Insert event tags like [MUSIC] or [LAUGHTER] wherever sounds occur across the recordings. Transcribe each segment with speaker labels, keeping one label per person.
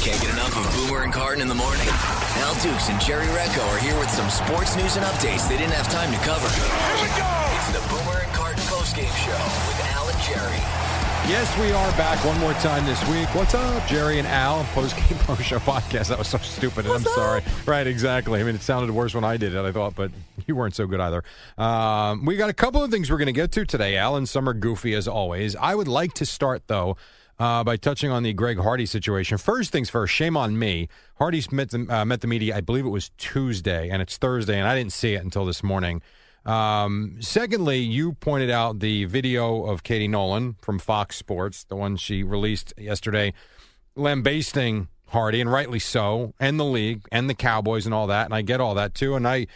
Speaker 1: Can't get enough of Boomer and Carton in the morning. Al Dukes and Jerry Recco are here with some sports news and updates they didn't have time to cover. Here we go! It's the Boomer and Carton postgame show with Al and Jerry.
Speaker 2: Yes, we are back one more time this week. What's up, Jerry and Al? Post [LAUGHS] Game Pro Show podcast. That was so stupid. And I'm sorry. Right, exactly. I mean, it sounded worse when I did it. I thought, but you weren't so good either. Um, we got a couple of things we're going to get to today, Al, and some are goofy as always. I would like to start though. Uh, by touching on the Greg Hardy situation. First things first, shame on me. Hardy met the, uh, met the media, I believe it was Tuesday, and it's Thursday, and I didn't see it until this morning. Um, secondly, you pointed out the video of Katie Nolan from Fox Sports, the one she released yesterday, lambasting Hardy, and rightly so, and the league, and the Cowboys, and all that. And I get all that too. And I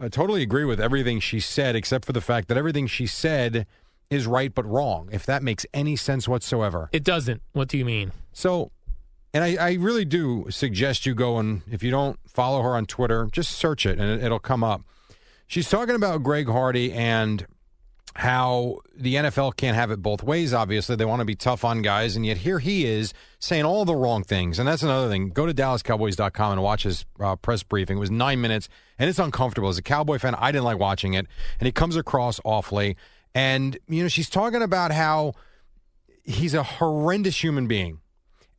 Speaker 2: uh, totally agree with everything she said, except for the fact that everything she said is right but wrong, if that makes any sense whatsoever.
Speaker 3: It doesn't. What do you mean?
Speaker 2: So, and I, I really do suggest you go and if you don't follow her on Twitter, just search it and it, it'll come up. She's talking about Greg Hardy and how the NFL can't have it both ways. Obviously, they want to be tough on guys, and yet here he is saying all the wrong things. And that's another thing. Go to DallasCowboys.com and watch his uh, press briefing. It was nine minutes, and it's uncomfortable. As a Cowboy fan, I didn't like watching it, and he comes across awfully. And you know, she's talking about how he's a horrendous human being.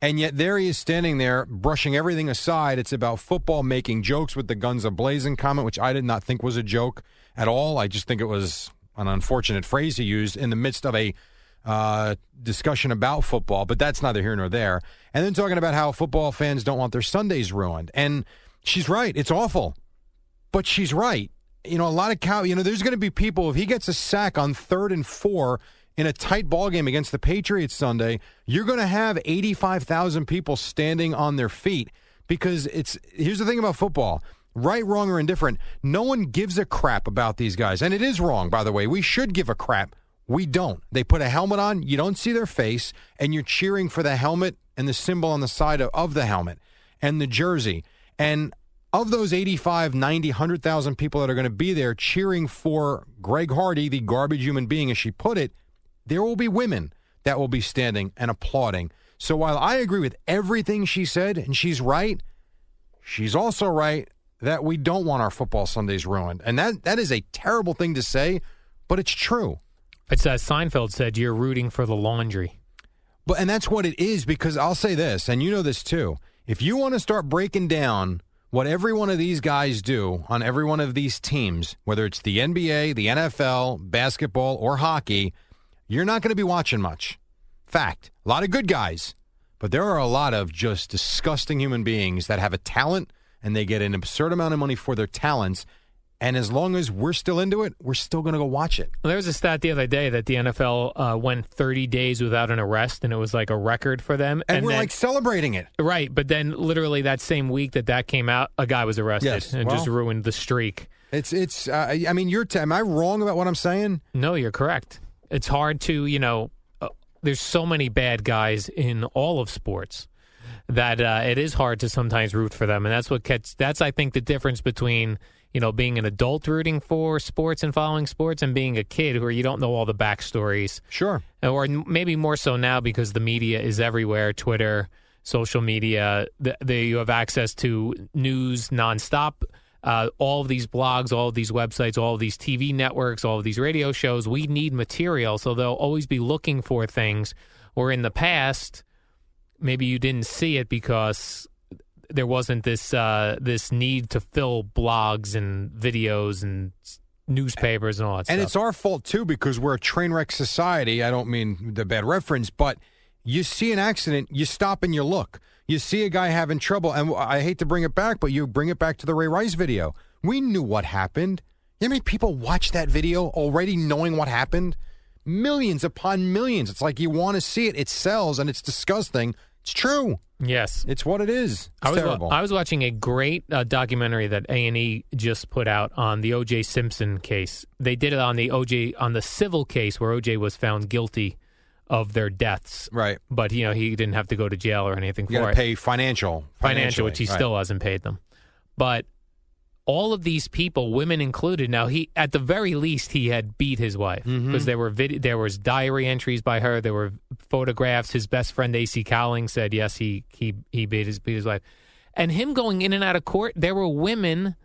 Speaker 2: And yet there he is standing there, brushing everything aside. It's about football, making jokes with the guns ablazing comment, which I did not think was a joke at all. I just think it was an unfortunate phrase he used in the midst of a uh, discussion about football. But that's neither here nor there. And then talking about how football fans don't want their Sundays ruined. And she's right. It's awful, but she's right. You know, a lot of cow. You know, there's going to be people if he gets a sack on third and four in a tight ball game against the Patriots Sunday, you're going to have 85,000 people standing on their feet because it's here's the thing about football. Right, wrong, or indifferent, no one gives a crap about these guys. And it is wrong, by the way. We should give a crap. We don't. They put a helmet on, you don't see their face, and you're cheering for the helmet and the symbol on the side of, of the helmet and the jersey. And of those 85, 90, 100,000 people that are going to be there cheering for Greg Hardy, the garbage human being, as she put it, there will be women that will be standing and applauding. So while I agree with everything she said, and she's right, she's also right that we don't want our football Sundays ruined. And that, that is a terrible thing to say, but it's true.
Speaker 3: It's as Seinfeld said, you're rooting for the laundry.
Speaker 2: But and that's what it is because I'll say this, and you know this too. If you want to start breaking down what every one of these guys do on every one of these teams, whether it's the NBA, the NFL, basketball, or hockey, you're not going to be watching much. Fact. A lot of good guys, but there are a lot of just disgusting human beings that have a talent and they get an absurd amount of money for their talents. And as long as we're still into it, we're still going to go watch it.
Speaker 3: There was a stat the other day that the NFL uh, went 30 days without an arrest, and it was like a record for them.
Speaker 2: And, we're
Speaker 3: then-
Speaker 2: like celebrating it.
Speaker 3: right, but then literally that same week that that came out, a guy was arrested
Speaker 2: Yes,
Speaker 3: and just
Speaker 2: well-
Speaker 3: ruined the streak.
Speaker 2: It's it's. Uh, I I mean, you're. T- am I wrong about what I'm saying?
Speaker 3: No, you're correct. It's hard to, you know, uh, there's so many bad guys in all of sports that uh, it is hard to sometimes root for them, and that's what catch. That's I think the difference between you know being an adult rooting for sports and following sports, and being a kid where you don't know all the backstories,
Speaker 2: Sure.
Speaker 3: or n- maybe more so now because the media is everywhere, Twitter. Social media, th- they, you have access to news nonstop. Uh, all of these blogs, all of these websites, all of these TV networks, all of these radio shows, we need material. So they'll always be looking for things. Or in the past, maybe you didn't see it because there wasn't this uh, this need to fill blogs and videos and s- newspapers and all that
Speaker 2: And
Speaker 3: stuff.
Speaker 2: it's our fault too because we're a train wreck society. I don't mean the bad reference, but you see an accident, you stop and you look. You see a guy having trouble, and I hate to bring it back, but you bring it back to the Ray Rice video. We knew what happened. You know how many people watch that video already knowing what happened? Millions upon millions. It's like you want to see it. It sells and it's disgusting. It's true.
Speaker 3: yes.
Speaker 2: It's what it is. It's
Speaker 3: I was,
Speaker 2: terrible.
Speaker 3: I was watching a great uh, documentary that A and E just put out on the O.J. Simpson case. They did it on the O.J. on the civil case where O.J. was found guilty of their deaths,
Speaker 2: right.
Speaker 3: but you know he didn't have to go to jail or anything
Speaker 2: You
Speaker 3: for
Speaker 2: got
Speaker 3: it.
Speaker 2: to pay financial.
Speaker 3: financial, which he
Speaker 2: financially.
Speaker 3: still hasn't paid them. But all of these people, women included, now he at the very least he had beat his wife because there were vid- there was diary entries by her, there were photographs. His best friend AC Cowling said yes, he he he beat his beat his wife, and him going in and out of court. There were women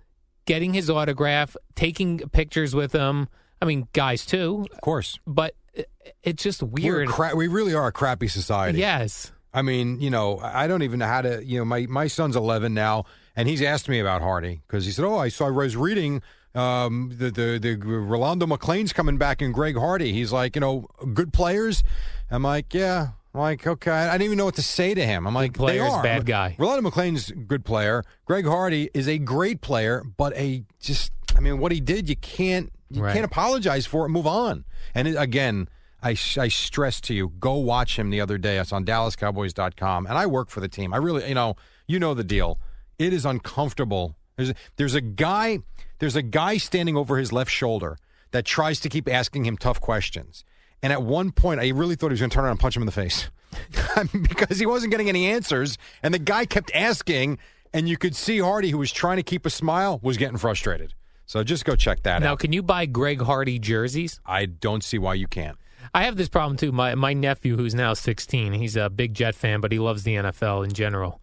Speaker 3: getting his autograph, taking pictures with him. I mean, guys too,
Speaker 2: Right. Of course.
Speaker 3: but it- it's just
Speaker 2: We're
Speaker 3: weird.
Speaker 2: cra- we really are a crappy society.
Speaker 3: yes,
Speaker 2: I mean, you know, I I don't even know how to, you know, my, my son's 11 now, and he's asked me about Hardy because he said, oh, I saw, I was reading um, the, the, the Rolando McLean's coming back and Greg Hardy. He's like, you know, good players. I'm like, yeah. I'm like, okay. I didn't even know what to say to him. I'm like, they
Speaker 3: players,
Speaker 2: are.
Speaker 3: bad guy.
Speaker 2: Rolando McLean's a good player. Greg Hardy is a great player, but a just, I mean, what he did, you can't, you
Speaker 3: Right.
Speaker 2: can't apologize for it. Move on. And it, again, I, s- I stress to you, go watch him the other day. It's on DallasCowboys.com, and I work for the team. I really, you know, you know the deal. It is uncomfortable. There's a, there's a guy, there's a guy standing over his left shoulder that tries to keep asking him tough questions. And at one point, I really thought he was going to turn around and punch him in the face [LAUGHS] because he wasn't getting any answers, and the guy kept asking, and you could see Hardy, who was trying to keep a smile, was getting frustrated. So just go check that out.
Speaker 3: now can you buy Greg Hardy jerseys?
Speaker 2: I don't see why you can't.
Speaker 3: I have this problem too. My my nephew, who's now sixteen, he's a big Jet fan, but he loves the NFL in general.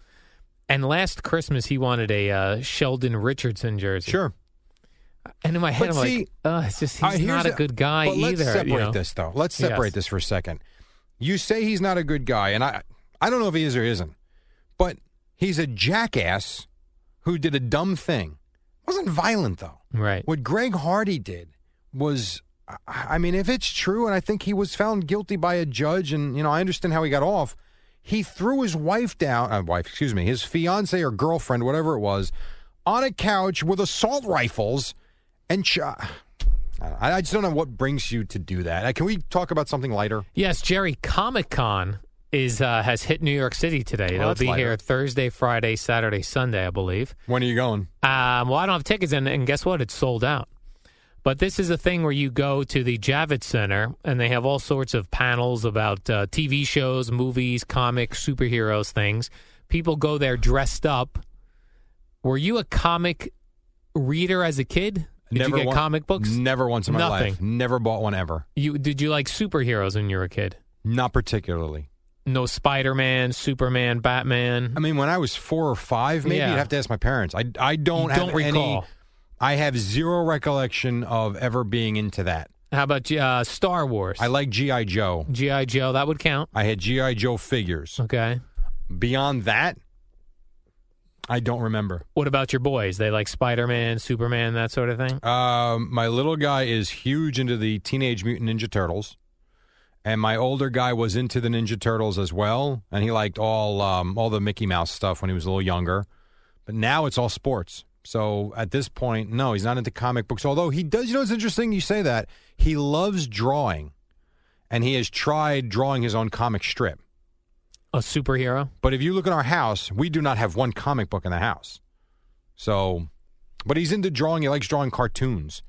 Speaker 3: And last Christmas, he wanted a uh, Sheldon Richardson jersey.
Speaker 2: Sure.
Speaker 3: And in my head,
Speaker 2: But
Speaker 3: I'm
Speaker 2: see,
Speaker 3: like, Ugh, it's just
Speaker 2: All
Speaker 3: he's
Speaker 2: right, here's
Speaker 3: not a good guy
Speaker 2: but
Speaker 3: either.
Speaker 2: Let's
Speaker 3: you
Speaker 2: separate
Speaker 3: know?
Speaker 2: this though. Let's separate
Speaker 3: Yes.
Speaker 2: this for a second. You say he's not a good guy, and I I don't know if he is or isn't, but he's a jackass who did a dumb thing. Wasn't violent though.
Speaker 3: right?
Speaker 2: What Greg Hardy did was, I- I mean, if it's true, and I think he was found guilty by a judge, and you know, I understand how he got off. He threw his wife down, uh, wife, excuse me, his fiance or girlfriend, whatever it was, on a couch with assault rifles, and ch- I, I just don't know what brings you to do that. Uh, Can we talk about something lighter?
Speaker 3: Yes, Jerry. Comic Con is uh, has hit New York City today.
Speaker 2: Well,
Speaker 3: It'll
Speaker 2: Oh, that's
Speaker 3: be
Speaker 2: lighter.
Speaker 3: here Thursday, Friday, Saturday, Sunday, I believe.
Speaker 2: When are you going?
Speaker 3: Um, well, I don't have tickets, and, and guess what? It's sold out. But this is a thing where you go to the Javits Center, and they have all sorts of panels about uh, TV shows, movies, comics, superheroes, things. People go there dressed up. Were you a comic reader as a kid? Did you get
Speaker 2: one-
Speaker 3: comic books?
Speaker 2: Never once in my
Speaker 3: Nothing.
Speaker 2: life. Never bought one ever.
Speaker 3: You did you like superheroes when you were a kid?
Speaker 2: Not particularly.
Speaker 3: No Spider Man, Superman, Batman.
Speaker 2: I mean, when I was four or five, maybe
Speaker 3: Yeah.
Speaker 2: you'd have to ask my parents. I, I don't
Speaker 3: You
Speaker 2: have
Speaker 3: don't recall.
Speaker 2: any. I have zero recollection of ever being into that.
Speaker 3: How about uh, Star Wars?
Speaker 2: I like GI Joe.
Speaker 3: GI Joe. That would count.
Speaker 2: I had GI Joe figures.
Speaker 3: Okay.
Speaker 2: Beyond that, I don't remember.
Speaker 3: What about your boys? They like Spider Man, Superman, that sort of thing.
Speaker 2: Um, my little guy is huge into the Teenage Mutant Ninja Turtles, and my older guy was into the Ninja Turtles as well, and he liked all um, all the Mickey Mouse stuff when he was a little younger. But now it's all sports. So at this point, no, he's not into comic books. Although he does, you know, it's interesting you say that. He loves drawing, and he has tried drawing his own comic strip.
Speaker 3: A superhero.
Speaker 2: But if you look at our house, we do not have one comic book in the house. So, but he's into drawing. He likes drawing cartoons.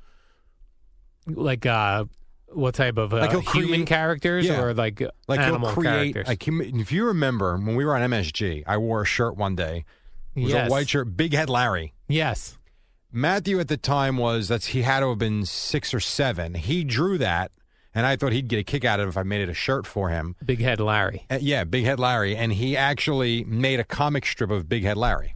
Speaker 3: Like uh, what type of uh,
Speaker 2: Like he'll
Speaker 3: human
Speaker 2: create-
Speaker 3: characters
Speaker 2: yeah.
Speaker 3: or like, uh,
Speaker 2: like
Speaker 3: animal
Speaker 2: he'll create
Speaker 3: characters?
Speaker 2: like he- if you remember when we were on MSG, I wore a shirt one day. It was
Speaker 3: yes.
Speaker 2: a white shirt, big head Larry.
Speaker 3: Yes.
Speaker 2: Matthew at the time was that's he had to have been six or seven. He drew that, and I thought he'd get a kick out of it if I made it a shirt for him.
Speaker 3: Big Head Larry.
Speaker 2: Uh, yeah, Big Head Larry, and he actually made a comic strip of Big Head Larry.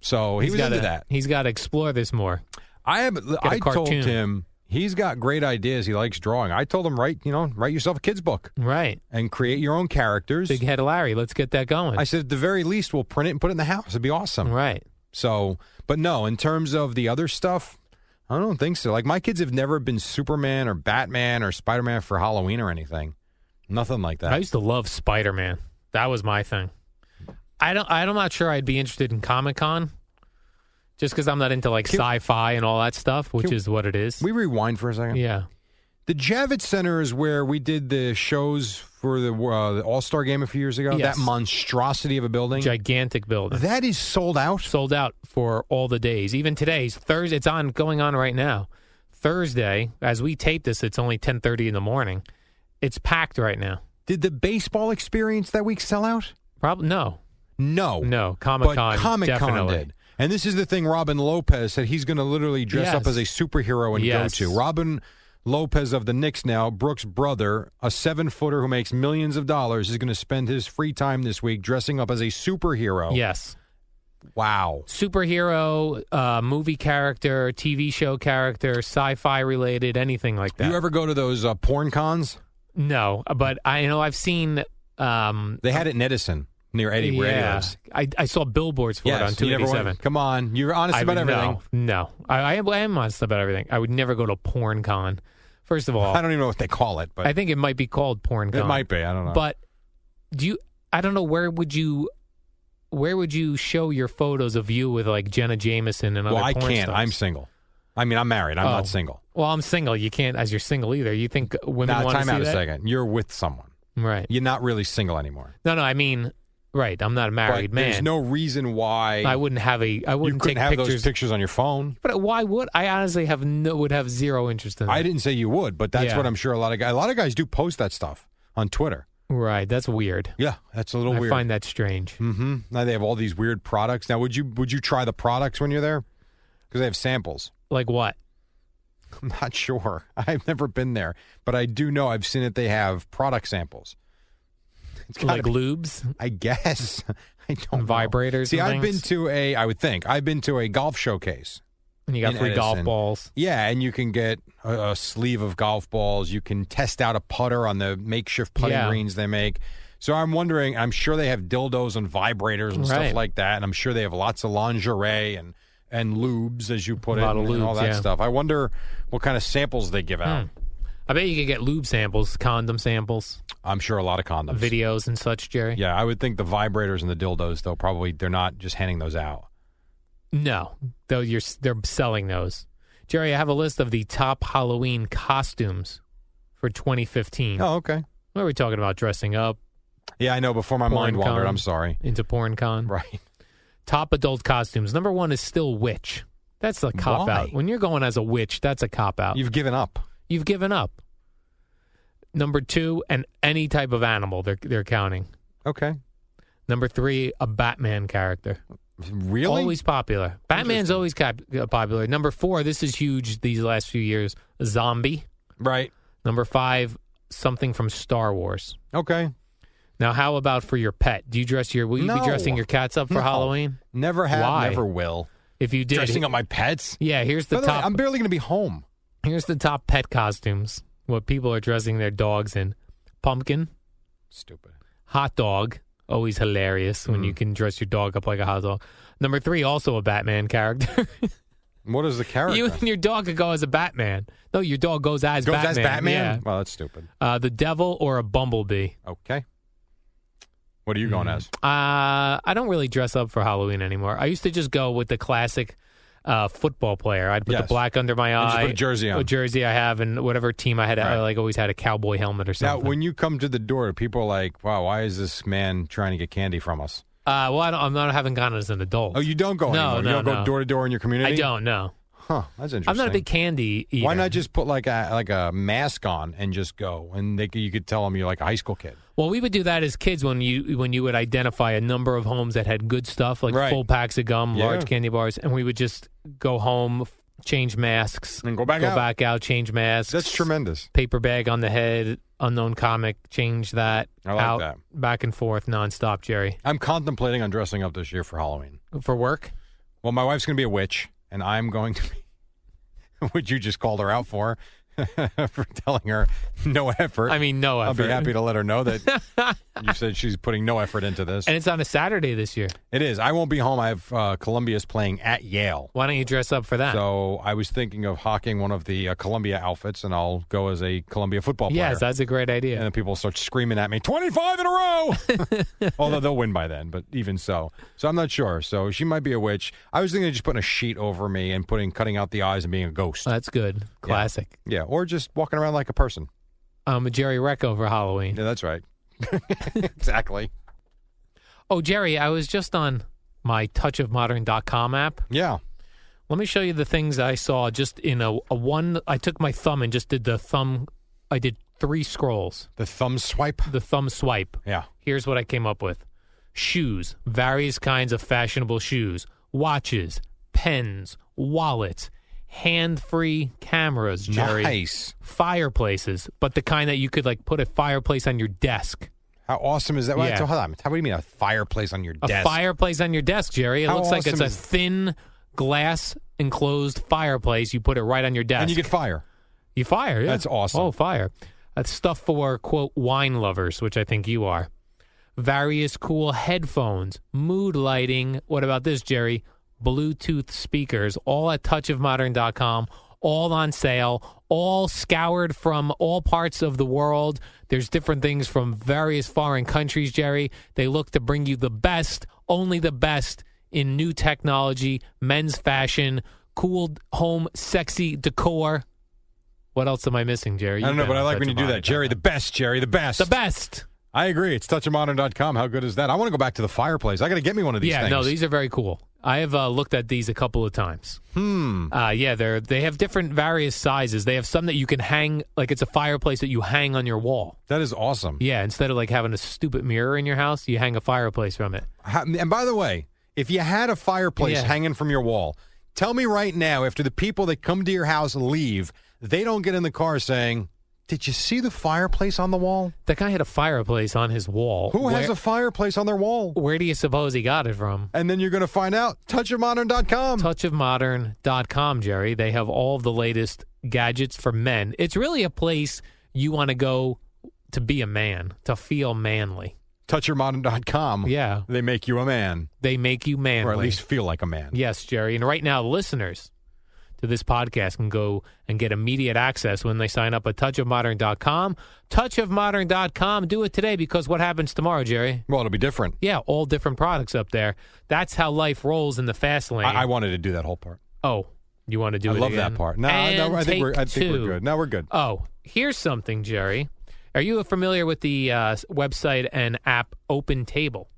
Speaker 2: So he
Speaker 3: He's
Speaker 2: was
Speaker 3: gotta-
Speaker 2: into that.
Speaker 3: He's got to explore this more.
Speaker 2: I have.
Speaker 3: a
Speaker 2: I told
Speaker 3: cartoon.
Speaker 2: him he's got great ideas. He likes drawing. I told him write you know write yourself a kid's book
Speaker 3: Right.
Speaker 2: and create your own characters.
Speaker 3: Big Head Larry. Let's get that going.
Speaker 2: I said, at the very least, we'll print it and put it in the house. It'd be awesome.
Speaker 3: right.
Speaker 2: So, but no, in terms of the other stuff, I don't think so. Like my kids have never been Superman or Batman or Spider Man for Halloween or anything. Nothing like that.
Speaker 3: I used to love Spider Man. That was my thing. I don't. I'm not sure I'd be interested in Comic Con, just because I'm not into like
Speaker 2: Can-
Speaker 3: sci-fi and all that stuff, which
Speaker 2: Can-
Speaker 3: is what it is.
Speaker 2: we rewind for a second.
Speaker 3: yeah.
Speaker 2: The Javits Center is where we did the shows for the, uh, the All Star game a few years ago.
Speaker 3: Yes.
Speaker 2: That monstrosity of a building.
Speaker 3: gigantic building.
Speaker 2: that is sold out.
Speaker 3: sold out for all the days. Even today's Thursday. It's on going on right now. Thursday, as we tape this, it's only ten thirty in the morning. It's packed right now.
Speaker 2: Did the baseball experience that week sell out?
Speaker 3: Probably no,
Speaker 2: No.
Speaker 3: no. Comic
Speaker 2: Oh. But
Speaker 3: Con,
Speaker 2: Comic Con
Speaker 3: definitely.
Speaker 2: did. And this is the thing Robin Lopez said he's going to literally dress up as
Speaker 3: Yes.
Speaker 2: a superhero and
Speaker 3: Yes.
Speaker 2: go to. Robin Lopez of the Knicks now, Brooks' brother, a seven footer who makes millions of dollars, is going to spend his free time this week dressing up as a superhero.
Speaker 3: Yes,
Speaker 2: Wow.
Speaker 3: superhero, uh, movie character, TV show character, sci-fi related, anything like that.
Speaker 2: Do you ever go to those uh, porn cons?
Speaker 3: no, but I you know I've seen. Um,
Speaker 2: They had it in Edison near Eddie, where Eddie
Speaker 3: yeah,
Speaker 2: lives.
Speaker 3: I, I saw billboards for
Speaker 2: Yes,
Speaker 3: it on
Speaker 2: you
Speaker 3: two
Speaker 2: never
Speaker 3: eighty
Speaker 2: went-
Speaker 3: seven.
Speaker 2: Come on. You're honest
Speaker 3: I
Speaker 2: about
Speaker 3: would-
Speaker 2: everything.
Speaker 3: No, no. I, I, am, I am honest about everything. I would never go to porn con. First of
Speaker 2: [LAUGHS]
Speaker 3: all,
Speaker 2: I
Speaker 3: I,
Speaker 2: don't even know what they call it, but
Speaker 3: think it might be called porn
Speaker 2: it
Speaker 3: con.
Speaker 2: might be. I don't know.
Speaker 3: But do you? I don't know where would you, where would you show your photos of you with like Jenna Jameson and other
Speaker 2: well, I
Speaker 3: porn
Speaker 2: can't.
Speaker 3: stars?
Speaker 2: I'm single. I mean, I'm married. I'm
Speaker 3: Oh.
Speaker 2: not single.
Speaker 3: Well, I'm single. You can't as you're single either. You think women
Speaker 2: Now,
Speaker 3: want to
Speaker 2: time
Speaker 3: see
Speaker 2: out a
Speaker 3: that?
Speaker 2: second. You're with someone.
Speaker 3: Right.
Speaker 2: You're not really single anymore.
Speaker 3: No, no. I mean, right. I'm not a married
Speaker 2: But
Speaker 3: man.
Speaker 2: There's no reason why
Speaker 3: I wouldn't have a. I
Speaker 2: you
Speaker 3: wouldn't
Speaker 2: couldn't
Speaker 3: take
Speaker 2: have
Speaker 3: pictures.
Speaker 2: those pictures on your phone.
Speaker 3: But why would I? Honestly, have no. Would have zero interest in. That.
Speaker 2: I didn't say you would, but that's
Speaker 3: Uh-huh. Yeah.
Speaker 2: what I'm sure a lot of guys. A lot of guys do post that stuff on Twitter.
Speaker 3: Right. That's weird.
Speaker 2: Yeah, that's a little
Speaker 3: I
Speaker 2: weird.
Speaker 3: find that strange.
Speaker 2: hmm Now they have all these weird products. Now, would you would you try the products when you're there? Because they have samples. [LAUGHS]
Speaker 3: Like what?
Speaker 2: I'm not sure. [LAUGHS] I've never been there, but I do know I've seen that they have product samples. It's gotta
Speaker 3: Like
Speaker 2: be-
Speaker 3: lubes?
Speaker 2: I guess. [LAUGHS] I don't know.
Speaker 3: Vibrators
Speaker 2: See,
Speaker 3: and
Speaker 2: I've been
Speaker 3: things?
Speaker 2: to a. I would think I've been to a golf showcase.
Speaker 3: And you got
Speaker 2: In
Speaker 3: free
Speaker 2: Edison.
Speaker 3: golf balls.
Speaker 2: Yeah, and you can get a, a sleeve of golf balls. You can test out a putter on the makeshift putting
Speaker 3: Yeah.
Speaker 2: greens they make. So I'm wondering. I'm sure they have dildos and vibrators and stuff
Speaker 3: Right.
Speaker 2: like that, and I'm sure they have lots of lingerie and and lubes, as you put
Speaker 3: A
Speaker 2: it,
Speaker 3: lot of
Speaker 2: and, and all
Speaker 3: lubes,
Speaker 2: that
Speaker 3: yeah. Hmm.
Speaker 2: stuff. I wonder what kind of samples they give out.
Speaker 3: I bet you could get lube samples, condom samples,
Speaker 2: I'm sure a lot of condoms.
Speaker 3: videos and such, Jerry.
Speaker 2: Yeah, I would think the vibrators and the dildos, though, probably they're not just handing those out.
Speaker 3: No, though you're s- they're selling those. Jerry, I have a list of the top Halloween costumes for 2015.
Speaker 2: Oh, okay.
Speaker 3: What are we talking about? Dressing up
Speaker 2: Yeah, I know. Before my
Speaker 3: Porn
Speaker 2: mind wandered,
Speaker 3: con.
Speaker 2: I'm sorry. [LAUGHS]
Speaker 3: into porn con.
Speaker 2: Right.
Speaker 3: Top adult costumes. Number one is still witch. That's a cop
Speaker 2: Why?
Speaker 3: out. When you're going as a witch, that's a cop out.
Speaker 2: You've given up.
Speaker 3: You've given up. Number two, and any type of animal they're they're counting.
Speaker 2: Okay.
Speaker 3: Number three, a Batman character.
Speaker 2: Really?
Speaker 3: Always popular. Batman's always cap- uh, popular. Number four, this is huge these last few years. Zombie.
Speaker 2: Right.
Speaker 3: Number five, something from Star Wars.
Speaker 2: Okay.
Speaker 3: Now, how about for your pet? Do you dress your? Will you
Speaker 2: No.
Speaker 3: be dressing your cats up for
Speaker 2: No.
Speaker 3: Halloween?
Speaker 2: Never have.
Speaker 3: Why?
Speaker 2: Never will.
Speaker 3: If you did,
Speaker 2: Dressing up my pets.
Speaker 3: yeah. Here's
Speaker 2: By
Speaker 3: the
Speaker 2: the way,
Speaker 3: top.
Speaker 2: I'm barely going to be home.
Speaker 3: here's the top pet costumes. What people are dressing their dogs in: pumpkin,
Speaker 2: Stupid.
Speaker 3: hot dog. Always hilarious when you
Speaker 2: Mm.
Speaker 3: can dress your dog up like a hot dog. Number three, also a Batman character. [LAUGHS]
Speaker 2: What is the character?
Speaker 3: you and your dog could go as a Batman. No, your dog goes as
Speaker 2: Goes
Speaker 3: Batman.
Speaker 2: as Batman?
Speaker 3: Yeah.
Speaker 2: Well, that's stupid.
Speaker 3: Uh, the devil or a bumblebee?
Speaker 2: Okay. What are you
Speaker 3: Mm-hmm.
Speaker 2: going as?
Speaker 3: Uh, I don't really dress up for Halloween anymore. I used to just go with the classic uh, football player. I'd put
Speaker 2: Yes.
Speaker 3: the black under my
Speaker 2: And
Speaker 3: eye,
Speaker 2: just put a jersey on.
Speaker 3: a jersey I have, and whatever team I had.
Speaker 2: Right.
Speaker 3: I like always had a cowboy helmet or
Speaker 2: Now,
Speaker 3: something.
Speaker 2: when you come to the door, people are like, wow, why is this man trying to get candy from us?
Speaker 3: uh, well, I don't, I'm not having gone as an adult.
Speaker 2: Oh, you don't go
Speaker 3: No,
Speaker 2: anymore.
Speaker 3: no,
Speaker 2: you don't go
Speaker 3: no.
Speaker 2: door to door in your community?
Speaker 3: I don't know.
Speaker 2: Huh. That's interesting.
Speaker 3: I'm not a big candy eater.
Speaker 2: Why not just put like a like a mask on and just go, and they, c- you could tell them you're like a high school kid.
Speaker 3: Well, we would do that as kids when you when you would identify a number of homes that had good stuff like
Speaker 2: Right.
Speaker 3: full packs of gum,
Speaker 2: Yeah.
Speaker 3: large candy bars, and we would just go home, f- change masks,
Speaker 2: And go back
Speaker 3: go
Speaker 2: out.
Speaker 3: back out, change masks.
Speaker 2: That's tremendous.
Speaker 3: paper bag on the head, unknown comic, change that
Speaker 2: I like
Speaker 3: out
Speaker 2: that.
Speaker 3: back and forth nonstop, Jerry.
Speaker 2: I'm contemplating on dressing up this year for Halloween.
Speaker 3: For work?
Speaker 2: [LAUGHS] Well, my wife's going to be a witch, and I'm going to be. What you just called her out for? [LAUGHS] for telling her no effort.
Speaker 3: I mean, no
Speaker 2: I'll
Speaker 3: effort.
Speaker 2: be happy to let her know that
Speaker 3: [LAUGHS]
Speaker 2: you said she's putting no effort into this.
Speaker 3: And it's on a Saturday this year.
Speaker 2: It is. I won't be home. I have uh, Columbia's playing at Yale.
Speaker 3: Why don't you dress up for that?
Speaker 2: So I was thinking of hawking one of the uh, Columbia outfits, and I'll go as a Columbia football player.
Speaker 3: yes, that's a great idea.
Speaker 2: and then people start screaming at me, 25 in a
Speaker 3: [LAUGHS]
Speaker 2: row! Although they'll win by then, but even so. So I'm not sure. So she might be a witch. I was thinking of just putting a sheet over me and putting cutting out the eyes and being a ghost.
Speaker 3: That's good. Classic.
Speaker 2: yeah, or just walking around like a person.
Speaker 3: I'm a Jerry Recco for Halloween.
Speaker 2: Yeah, that's
Speaker 3: [LAUGHS]
Speaker 2: right. exactly.
Speaker 3: Oh, Jerry, I was just on my touchofmodern.com app.
Speaker 2: Yeah.
Speaker 3: Let me show you the things I saw just in a, a one. I took my thumb and just did the thumb. I did three scrolls,
Speaker 2: The thumb swipe.
Speaker 3: the thumb swipe.
Speaker 2: Yeah.
Speaker 3: Here's what I came up with shoes, various kinds of fashionable shoes, watches, pens, wallets, hand free cameras, Jerry.
Speaker 2: Nice.
Speaker 3: Fireplaces, but the kind that you could like put a fireplace on your desk.
Speaker 2: How awesome is that? Wait,
Speaker 3: Yeah.
Speaker 2: so hold on. How, what do you mean a fireplace on your
Speaker 3: A
Speaker 2: desk?
Speaker 3: fireplace on your desk, Jerry. It
Speaker 2: How
Speaker 3: looks like it's
Speaker 2: awesome
Speaker 3: a
Speaker 2: is-
Speaker 3: thin glass enclosed fireplace. You put it right on your desk.
Speaker 2: And you get fire.
Speaker 3: You fire. Yeah.
Speaker 2: That's awesome.
Speaker 3: Oh, fire. That's stuff for quote wine lovers, which I think you are. Various cool headphones, mood lighting. What about this, Jerry? Bluetooth speakers, all at touchofmodern.com, all on sale, all scoured from all parts of the world. There's different things from various foreign countries, Jerry. They look to bring you the best, only the best in new technology, men's fashion, cool home, sexy decor. What else am I missing, Jerry?
Speaker 2: I don't
Speaker 3: You've
Speaker 2: know,
Speaker 3: been
Speaker 2: but I
Speaker 3: on
Speaker 2: like when you do that. Jerry, the best, Jerry, the best.
Speaker 3: the best.
Speaker 2: I agree. It's touchamodern.com. How good is that? I want to go back to the fireplace. I got to get me one of these
Speaker 3: yeah,
Speaker 2: things.
Speaker 3: no, these are very cool. I have uh, looked at these a couple of times.
Speaker 2: Hmm.
Speaker 3: Uh, yeah, they're they have different various sizes. They have some that you can hang like it's a fireplace that you hang on your wall.
Speaker 2: That is awesome.
Speaker 3: Yeah, instead of like having a stupid mirror in your house, you hang a fireplace from it.
Speaker 2: How- and by the way, if you had a fireplace
Speaker 3: Yeah.
Speaker 2: hanging from your wall, tell me right now, after the people that come to your house leave, they don't get in the car saying, Did you see the fireplace on the wall?
Speaker 3: That guy had a fireplace on his wall.
Speaker 2: Who has
Speaker 3: Where-
Speaker 2: a fireplace on their wall?
Speaker 3: Where do you suppose he got it from?
Speaker 2: And then you're going to find out. Touchyourmodern.com.
Speaker 3: touchofmodern.com, Jerry. They have all of the latest gadgets for men. It's really a place you want to go to be a man, to feel manly.
Speaker 2: Touchyourmodern.com.
Speaker 3: Yeah.
Speaker 2: They make you a man,
Speaker 3: They make you manly.
Speaker 2: or at least feel like a man.
Speaker 3: Yes, Jerry. And right now, listeners to this podcast can go and get immediate access when they sign up at touchofmodern.com. Touchofmodern.com. Do it today because what happens tomorrow, Jerry?
Speaker 2: Well, it'll be different.
Speaker 3: Yeah, all different products up there. That's how life rolls in the fast lane.
Speaker 2: I, I wanted to do that whole part.
Speaker 3: oh, you want to do
Speaker 2: I
Speaker 3: it
Speaker 2: love
Speaker 3: again?
Speaker 2: that part. No,
Speaker 3: And
Speaker 2: no I think
Speaker 3: take
Speaker 2: we're I think
Speaker 3: two.
Speaker 2: we're good. Now we're good.
Speaker 3: Oh, here's something, Jerry. Are you familiar with the uh, s- website and app Open Table?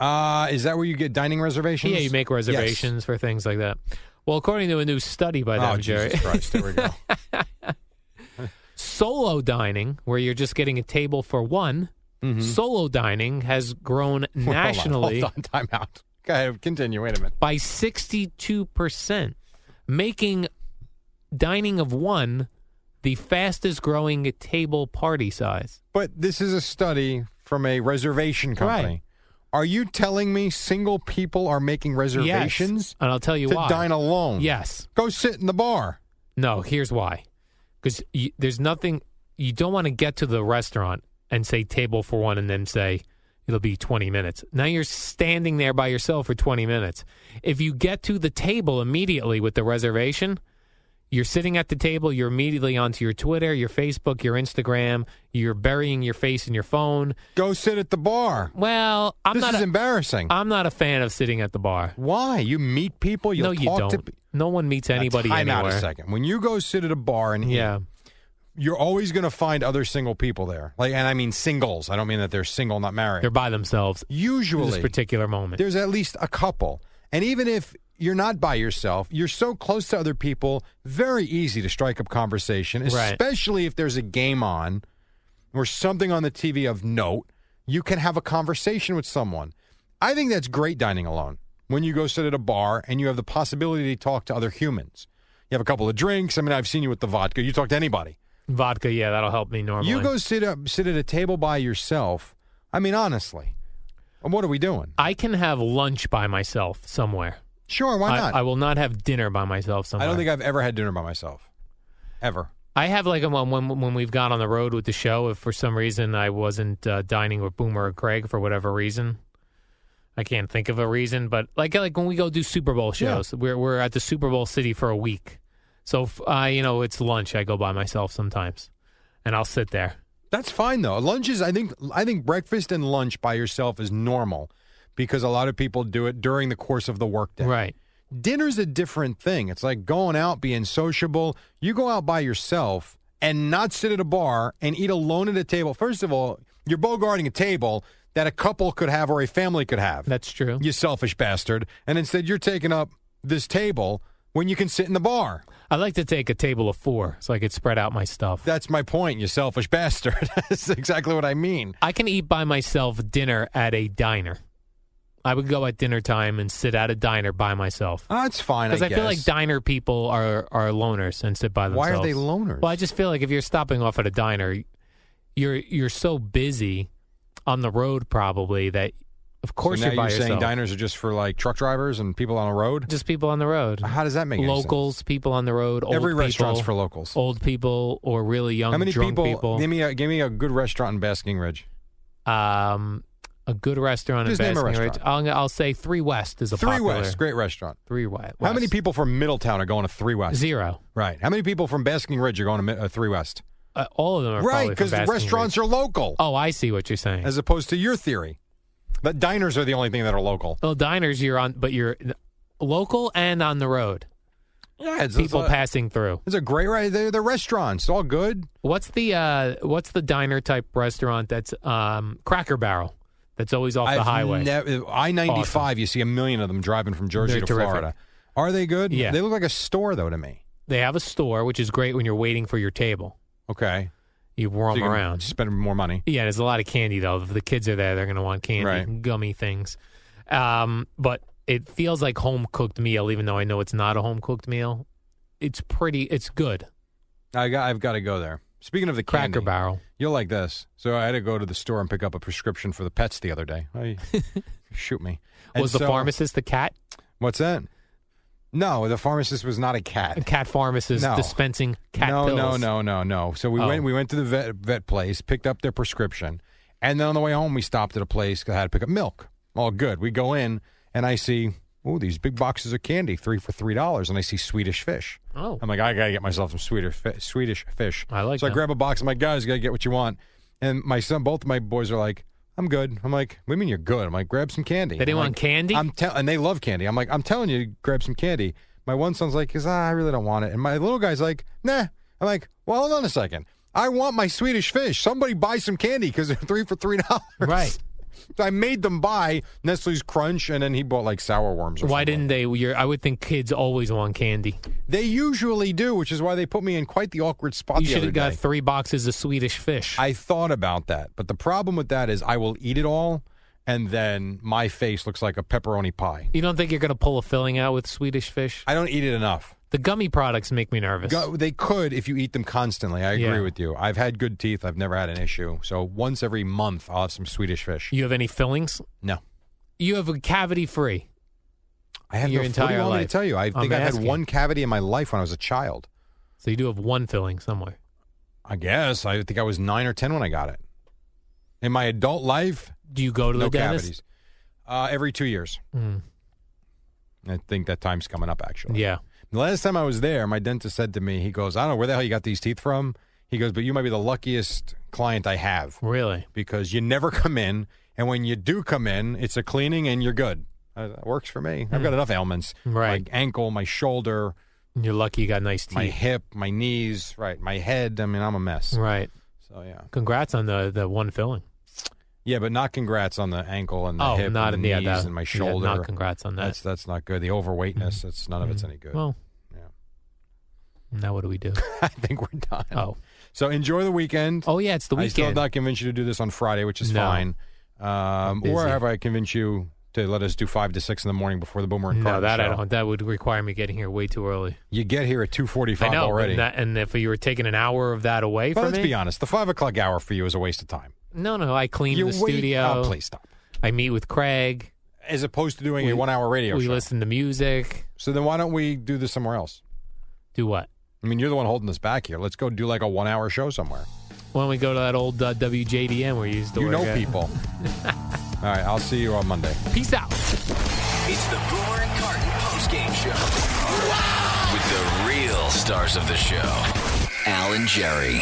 Speaker 2: Uh, is that where you get dining reservations?
Speaker 3: Yeah, you make
Speaker 2: Yes.
Speaker 3: reservations for things like that. Well, according to a new study by them,
Speaker 2: Oh,
Speaker 3: Jerry, [LAUGHS]
Speaker 2: Jesus Christ! There we go.
Speaker 3: solo dining, where you're just getting a table for one, solo dining has
Speaker 2: [LAUGHS]
Speaker 3: grown nationally
Speaker 2: Mm-hmm. Hold on, hold on, time out. Go ahead, continue. Wait a minute.
Speaker 3: by 62%, making dining of one the fastest growing table party size.
Speaker 2: But this is a study from a reservation company.
Speaker 3: Right.
Speaker 2: Are you telling me single people are making reservations
Speaker 3: Yes. And I'll tell you
Speaker 2: to
Speaker 3: why.
Speaker 2: dine alone?
Speaker 3: yes.
Speaker 2: Go sit in the bar.
Speaker 3: No, here's why. Because there's nothing, you don't want to get to the restaurant and say table for one and then say it'll be 20 minutes. Now you're standing there by yourself for 20 minutes. If you get to the table immediately with the reservation, you're sitting at the table, you're immediately onto your Twitter, your Facebook, your Instagram, you're burying your face in your phone.
Speaker 2: Go sit at the bar.
Speaker 3: Well, I'm
Speaker 2: this
Speaker 3: not
Speaker 2: is
Speaker 3: a,
Speaker 2: embarrassing.
Speaker 3: I'm not a fan of sitting at the bar.
Speaker 2: Why? You meet people. You
Speaker 3: no,
Speaker 2: talk
Speaker 3: you don't.
Speaker 2: to. pe-
Speaker 3: no one meets anybody
Speaker 2: time
Speaker 3: anywhere.
Speaker 2: out a second. When you go sit at a bar and eat,
Speaker 3: Yeah.
Speaker 2: you're always going to find other single people there. Like, and I mean singles. I don't mean that they're single, not married.
Speaker 3: They're by themselves at
Speaker 2: Usually,
Speaker 3: this particular moment.
Speaker 2: there's at least a couple. And even if you're not by yourself, you're so close to other people, very easy to strike up conversation,
Speaker 3: Right.
Speaker 2: especially if there's a game on or something on the TV of note. You can have a conversation with someone. I think that's great dining alone when you go sit at a bar and you have the possibility to talk to other humans. You have a couple of drinks. I mean, I've seen you with the vodka. You talk to anybody.
Speaker 3: Vodka, yeah, that'll help me normally.
Speaker 2: You go sit up, sit at a table by yourself. I mean, honestly, what are we doing?
Speaker 3: I can have lunch by myself somewhere.
Speaker 2: Sure, why
Speaker 3: I-
Speaker 2: not?
Speaker 3: I, will not have dinner by myself somewhere.
Speaker 2: I don't think I've ever had dinner by myself. Ever.
Speaker 3: I have like a when when when we've gone on the road with the show. If for some reason I wasn't uh, dining with Boomer or Craig for whatever reason, I can't think of a reason. But like like when we go do Super Bowl shows, we're we're at the Super Bowl city for a week. So if, uh, you know it's lunch. I go by myself sometimes, and I'll sit there.
Speaker 2: That's fine though. Lunch is I think I think breakfast and lunch by yourself is normal because a lot of people do it during the course of the workday.
Speaker 3: Right.
Speaker 2: Dinner's a different thing. It's like going out, being sociable. You go out by yourself and not sit at a bar and eat alone at a table. First of all, you're bogarting a table that a couple could have or a family could have.
Speaker 3: That's true.
Speaker 2: you selfish bastard. And instead you're taking up this table when you can sit in the bar.
Speaker 3: I like to take a table of four so I could spread out my stuff.
Speaker 2: That's my point, you selfish [LAUGHS] bastard. That's exactly what I mean.
Speaker 3: I can eat by myself dinner at a diner. I would go at dinner time and sit at a diner by myself.
Speaker 2: Ah, That's fine.
Speaker 3: Because I, feel like
Speaker 2: guess.
Speaker 3: diner people are, are loners and sit by
Speaker 2: Why
Speaker 3: themselves.
Speaker 2: are they loners?
Speaker 3: Well, I just feel like if you're stopping off at a diner, you're you're so busy on the road probably that of course
Speaker 2: so now
Speaker 3: you're by
Speaker 2: saying
Speaker 3: yourself.
Speaker 2: diners are just for like truck drivers and people on the road.
Speaker 3: just people on the road,
Speaker 2: How does that make any sense?
Speaker 3: locals, people on the road, old
Speaker 2: Every
Speaker 3: people,
Speaker 2: restaurant's for locals.
Speaker 3: old people or really young
Speaker 2: How many
Speaker 3: drunk
Speaker 2: people, Give me a give me a good restaurant in Basking Ridge.
Speaker 3: um, a good restaurant
Speaker 2: Just
Speaker 3: in
Speaker 2: name a
Speaker 3: Baton Rouge.
Speaker 2: restaurant.
Speaker 3: I'll, I'll say Three West is a
Speaker 2: Three
Speaker 3: popular.
Speaker 2: West, great restaurant.
Speaker 3: Three West.
Speaker 2: How many people from Middletown are going to Three West?
Speaker 3: Zero.
Speaker 2: Right. How many people from Basking Ridge are going to Mi- uh, Three West?
Speaker 3: Uh, all of them are
Speaker 2: Right,
Speaker 3: because
Speaker 2: because the restaurants are local,
Speaker 3: Oh, I see what you're saying.
Speaker 2: as opposed to your theory that diners are the only thing that are local.
Speaker 3: well, diners you're on, but you're local and on the road.
Speaker 2: Yeah, it's,
Speaker 3: People
Speaker 2: it's a,
Speaker 3: passing through.
Speaker 2: It's a great right. They're, they're restaurants. It's all good.
Speaker 3: What's the uh, what's the diner type restaurant that's um, Cracker Barrel that's always off the highway?
Speaker 2: uh, I ninety five.
Speaker 3: Awesome.
Speaker 2: You see a million of them driving from Jersey
Speaker 3: They're
Speaker 2: to
Speaker 3: terrific.
Speaker 2: Florida. Are they good?
Speaker 3: Yeah.
Speaker 2: They look like a store though to me.
Speaker 3: they have a store, which is great when you're waiting for your table.
Speaker 2: Okay.
Speaker 3: You roam
Speaker 2: So you can
Speaker 3: around.
Speaker 2: Spend more money.
Speaker 3: Yeah, there's a lot of candy though. If the kids are there, they're going to want candy,
Speaker 2: Right.
Speaker 3: gummy things. Um, but it feels like home cooked meal, even though I know it's not a home cooked meal. It's pretty. It's good.
Speaker 2: I got. I've got to go there. Speaking of the
Speaker 3: Cracker
Speaker 2: candy,
Speaker 3: Barrel.
Speaker 2: you'll like this. So I had to go to the store and pick up a prescription for the pets the other day.
Speaker 3: [LAUGHS]
Speaker 2: I- shoot me. And
Speaker 3: Was the
Speaker 2: so-
Speaker 3: pharmacist the cat?
Speaker 2: What's that? No, the pharmacist was not a
Speaker 3: The
Speaker 2: cat.
Speaker 3: cat pharmacist
Speaker 2: No.
Speaker 3: dispensing cat
Speaker 2: no,
Speaker 3: pills.
Speaker 2: no, no, no, no. So we
Speaker 3: Oh.
Speaker 2: went. We went to the vet vet place, picked up their prescription, and then on the way home we stopped at a place. 'cause I had to pick up milk. All good. We go in and I see. Oh, these big boxes of candy, three for three dollars, and I see Swedish fish.
Speaker 3: Oh,
Speaker 2: I'm like, I gotta get myself some Swedish fi- Swedish fish.
Speaker 3: I like
Speaker 2: So I
Speaker 3: that.
Speaker 2: grab a box. I'm like, guys, you gotta get what you want. And my son, both of my boys are like, I'm good. I'm like, what do you mean you're good? I'm like, grab some candy.
Speaker 3: they didn't
Speaker 2: I'm
Speaker 3: want
Speaker 2: like,
Speaker 3: candy.
Speaker 2: I'm tell- and they love candy. I'm like, I'm telling you, grab some candy. My one son's like, is ah, I really don't want it. And my little guy's like, nah. I'm like, well, hold on a second. I want my Swedish fish. Somebody buy some candy because they're [LAUGHS] three for three dollars.
Speaker 3: Right.
Speaker 2: So I made them buy Nestle's Crunch, and then he bought like sour worms. Or
Speaker 3: Why
Speaker 2: something.
Speaker 3: didn't they? You're, I would think kids always want candy.
Speaker 2: They usually do, which is why they put me in quite the awkward spot.
Speaker 3: You
Speaker 2: the
Speaker 3: should
Speaker 2: other
Speaker 3: have got
Speaker 2: day.
Speaker 3: three boxes of Swedish fish.
Speaker 2: I thought about that, but the problem with that is I will eat it all, and then my face looks like a pepperoni pie.
Speaker 3: you don't think you're going to pull a filling out with Swedish fish?
Speaker 2: I don't eat it enough.
Speaker 3: The gummy products make me nervous.
Speaker 2: Go, they could if you eat them constantly. I agree
Speaker 3: Yeah.
Speaker 2: with you. I've had good teeth. I've never had an issue. So once every month, I'll have some Swedish fish.
Speaker 3: you have any fillings?
Speaker 2: No,
Speaker 3: You have a cavity free.
Speaker 2: I have
Speaker 3: Your
Speaker 2: no, What do
Speaker 3: entire
Speaker 2: you want me
Speaker 3: life.
Speaker 2: to tell you? I
Speaker 3: I'm
Speaker 2: think I had
Speaker 3: asking.
Speaker 2: one cavity in my life when I was a child.
Speaker 3: So you do have one filling somewhere.
Speaker 2: I guess I think I was nine or ten when I got it. In my adult life,
Speaker 3: Do you go to
Speaker 2: no
Speaker 3: the dentist?
Speaker 2: cavities. Uh, every two years,
Speaker 3: Mm,
Speaker 2: I think that time's coming up. Actually,
Speaker 3: yeah.
Speaker 2: The last time I was there, my dentist said to me, he goes, I don't know where the hell you got these teeth from. He goes, but you might be the luckiest client I have
Speaker 3: Really?
Speaker 2: because you never [LAUGHS] come in. And when you do come in, it's a cleaning and you're good. Uh, that works for me. I've got enough ailments.
Speaker 3: Hmm. Right.
Speaker 2: My ankle, my shoulder,
Speaker 3: You're lucky you got nice
Speaker 2: my
Speaker 3: teeth.
Speaker 2: hip, my knees, right, my head. I mean, I'm a mess.
Speaker 3: Right.
Speaker 2: So, yeah.
Speaker 3: Congrats on the, the one filling.
Speaker 2: Yeah, but not congrats on the ankle and the
Speaker 3: oh,
Speaker 2: hip
Speaker 3: not
Speaker 2: and
Speaker 3: in
Speaker 2: the
Speaker 3: the yeah,
Speaker 2: knees
Speaker 3: that-
Speaker 2: and my
Speaker 3: yeah,
Speaker 2: shoulder.
Speaker 3: not congrats on that. Mm-hmm.
Speaker 2: That's that's not good. The overweightness, it's none of it's any good.
Speaker 3: Well,
Speaker 2: Yeah.
Speaker 3: now what do we do?
Speaker 2: [LAUGHS] I think we're done.
Speaker 3: Oh,
Speaker 2: So enjoy the weekend.
Speaker 3: oh yeah, it's the
Speaker 2: I still have
Speaker 3: weekend.
Speaker 2: not convinced you to do this on Friday, which is
Speaker 3: No.
Speaker 2: fine. Um,
Speaker 3: busy.
Speaker 2: or have I convinced you to let us do five to six in the morning before the Boomer and
Speaker 3: no,
Speaker 2: Carton
Speaker 3: that I
Speaker 2: show?
Speaker 3: don't. That would require me getting here way too early.
Speaker 2: You get here at two forty-five
Speaker 3: I know.
Speaker 2: already.
Speaker 3: And, that, and if you were taking an hour of that away
Speaker 2: but
Speaker 3: from
Speaker 2: let's
Speaker 3: me,
Speaker 2: be honest, the five o'clock hour for you is a waste of time.
Speaker 3: no, no. I clean
Speaker 2: you
Speaker 3: the
Speaker 2: wait- Oh,
Speaker 3: studio.
Speaker 2: please stop.
Speaker 3: I meet with Craig.
Speaker 2: As opposed to doing
Speaker 3: We-
Speaker 2: a one-hour radio
Speaker 3: we
Speaker 2: show.
Speaker 3: listen to music.
Speaker 2: So then, why don't we do this somewhere else?
Speaker 3: Do what?
Speaker 2: I mean, you're the one holding us back here. Let's go do like a one hour show somewhere.
Speaker 3: Why don't we go to that old uh, WJDM where you used to
Speaker 2: You
Speaker 3: work
Speaker 2: know
Speaker 3: at? [LAUGHS]
Speaker 2: people. All right, I'll see you on Monday.
Speaker 3: Peace out.
Speaker 1: It's the Boomer and Carton postgame show with the real stars of the show, Al and Jerry.